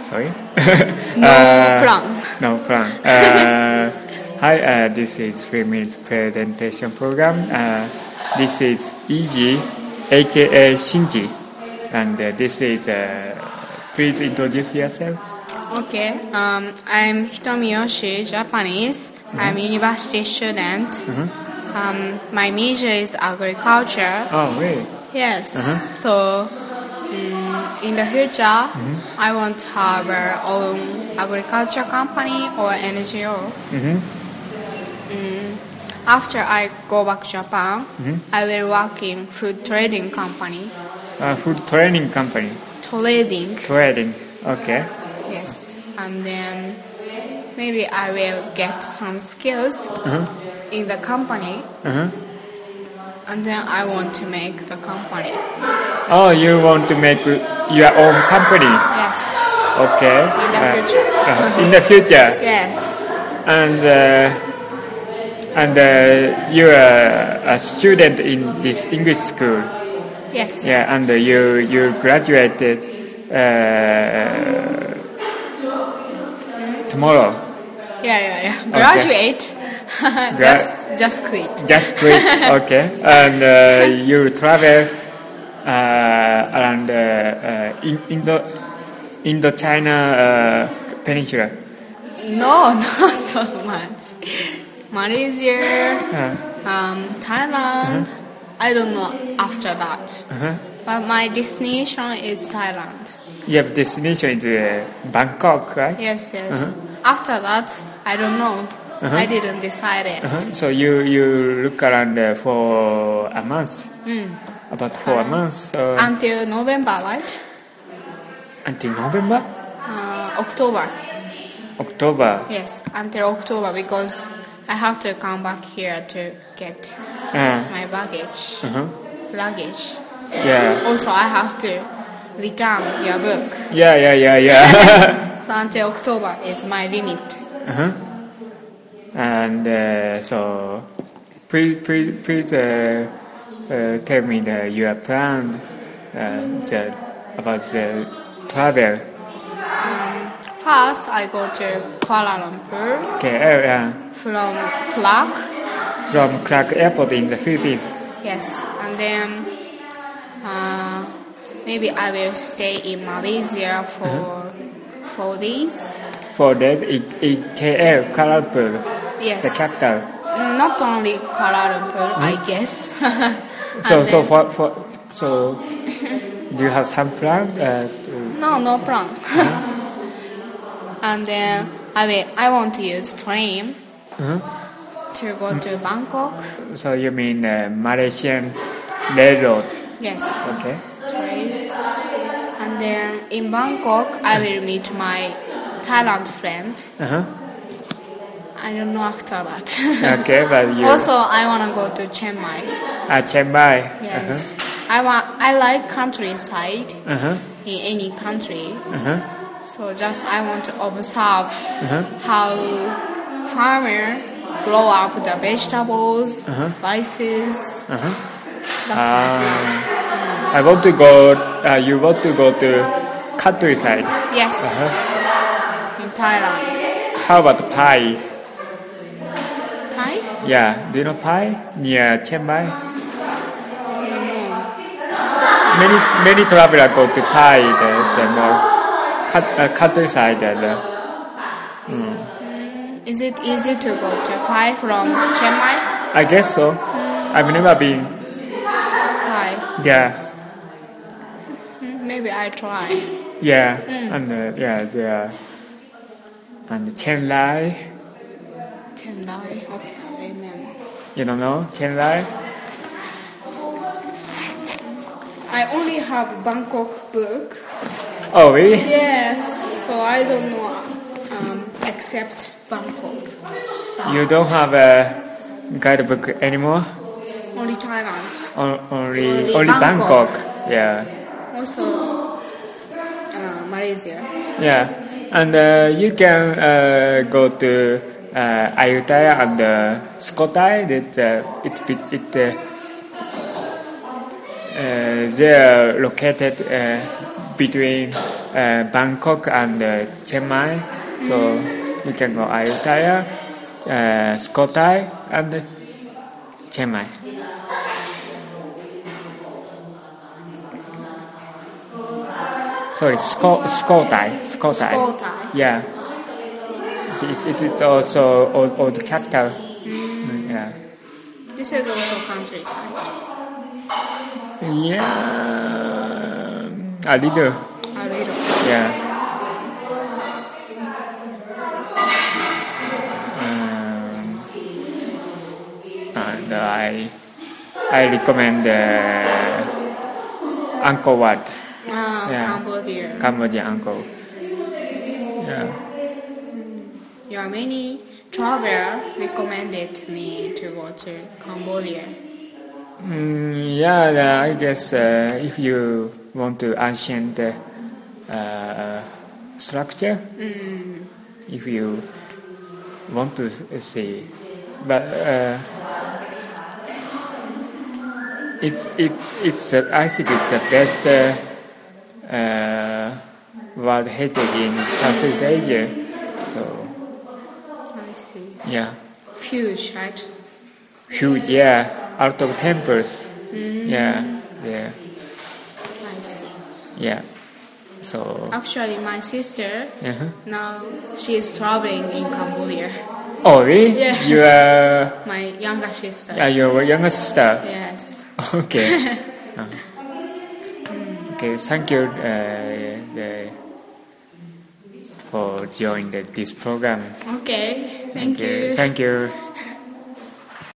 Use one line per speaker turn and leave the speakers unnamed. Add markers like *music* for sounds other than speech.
Sorry. *laughs*
No
Uh,
plan.
No *laughs* plan. Uh, hi, uh, this is three minute presentation program. Uh, this is Eiji, aka Shinji, and uh, this is. Uh, please introduce yourself.
Okay, um, I'm Hitomi Yoshi, Japanese. I'm university student. Um, my major is agriculture.
Oh, wait.
Yes. So, mm, in the future, I want to have our own agriculture company or NGO. Mm-hmm. Mm, after I go back to Japan, I will work in food trading company.
Uh, food training company.
Trading.
Trading. Okay.
Yes, and then maybe I will get some skills in the company,
Uh-huh.
and then I want to make the company.
Oh, you want to make your own company?
Yes,
Okay.
in the
Uh,
future.
uh, in the future.
Yes,
and uh, and uh, you are a student in this English school.
yes.
Yeah, and uh, you you graduated uh, tomorrow.
yeah, yeah. yeah. Graduate, *laughs* just just quit.
Just quit, okay? And uh, you travel uh, around uh, uh, in Indo Indochina uh, Peninsula.
No, *laughs* not so much. Malaysia,
Uh,
um, Thailand. I don't know after that,
uh-huh.
but my destination is Thailand.
Your destination is uh, Bangkok, right?
Yes, yes.
Uh-huh.
After that, I don't know. I didn't decide it.
Uh-huh. So you you look around uh, for a month, about four months uh,
Until November, right?
until November,
Uh, October.
October.
Yes, until October because I have to come back here to get
Uh,
my baggage,
uh-huh.
luggage.
Yeah,
Also, I have to return your book.
yeah, yeah, yeah, yeah. *laughs*
So until October is my limit.
uh-huh. And uh, so, please, please, please uh, uh, tell me the, your plan uh, the, about the travel.
First, I go to Kuala Lumpur
Okay, uh, uh,
from Clark.
from Clark Airport in the Philippines.
Yes, and then uh, maybe I will stay in Malaysia
Uh-huh.
for four days.
Four days in, in KL, E Kuala Lumpur.
Yes,
the capital. Mm-hmm.
not only Kuala Lumpur, I guess. *laughs*
So
And
so
then-
for, for so do you have some plan? Uh, to,
no, no plan. *laughs* and then I will. I want to use train
Uh-huh.
to go to Bangkok.
so you mean uh, Malaysian railroad?
Yes.
Okay.
Train. And then in Bangkok, I will meet my Thailand friend.
Uh huh.
I don't know after that. *laughs*
Okay, but you
also, I wanna go to Chiang Mai.
uh, Chiang Mai.
Yes,
Uh-huh.
I want. I like countryside
Uh huh.
in any country.
Uh huh.
So just I want to observe
Uh-huh.
how farmer grow up the vegetables,
Uh-huh.
spices.
Uh huh.
That's my
Uh, I want to go. Uh, you want to go to countryside.
plan. Yes,
uh-huh.
in Thailand.
How about Pai?
Thai?
Yeah. Do you know Pai near Chiang Mai?
I don't know.
Many many travelers go to Pai, the, the more cut- uh, countryside. The, the,
Is it easy to go to Thai from Chiang Mai?
I guess so. I've never been.
Thai.
Yeah,
Hmm, Maybe I try.
yeah, and uh, yeah, they are. And Chiang Rai,
Chiang Mai. Okay, I remember.
you don't know Chiang Rai?
I only have Bangkok book.
Oh, really?
Yes, so I don't know um, except Bangkok.
You don't have a guidebook anymore?
Only Thailand.
O- only
Only
only,
Bangkok.
Bangkok. Yeah,
Also uh, Malaysia.
yeah, and uh, you can uh, go to uh, Ayutthaya and uh, Skottai. That uh, it it, it uh, uh, they are located uh, between uh, uh, Bangkok and uh, Chiang Mai. So you can go Ayutthaya, uh, Skotai, and Chiang Mai. Sorry, Sko- Skotai. Skotai.
Skotai.
Yeah. It, it, it's also old, old capital. Mm, yeah.
This is also countryside.
Yeah. A little.
A little.
Yeah. Um, and I, I recommend uh, Angkor Wat,
Ah,
Yeah.
Cambodia.
Cambodia Angkor. Yeah.
Your many traveler recommended me to go to Cambodia.
Mm, yeah, the- I guess uh, if you want to ancient uh, uh, structure, if you want to s- see, but uh, it's it's it's uh, I think it's the best uh, uh, world heritage in Southeast Asia. So
I see.
yeah,
Huge, right?
huge yeah, out of temples yeah yeah.
I see.
Yeah. So.
Actually, my sister
uh
now she is traveling in Cambodia.
Oh, really?
Yes.
You are
My younger sister.
uh, your younger sister.
Yes.
*laughs* Okay. Uh. Okay. Thank you uh, the, for joining the, this program.
Okay. Thank, you.
Thank you.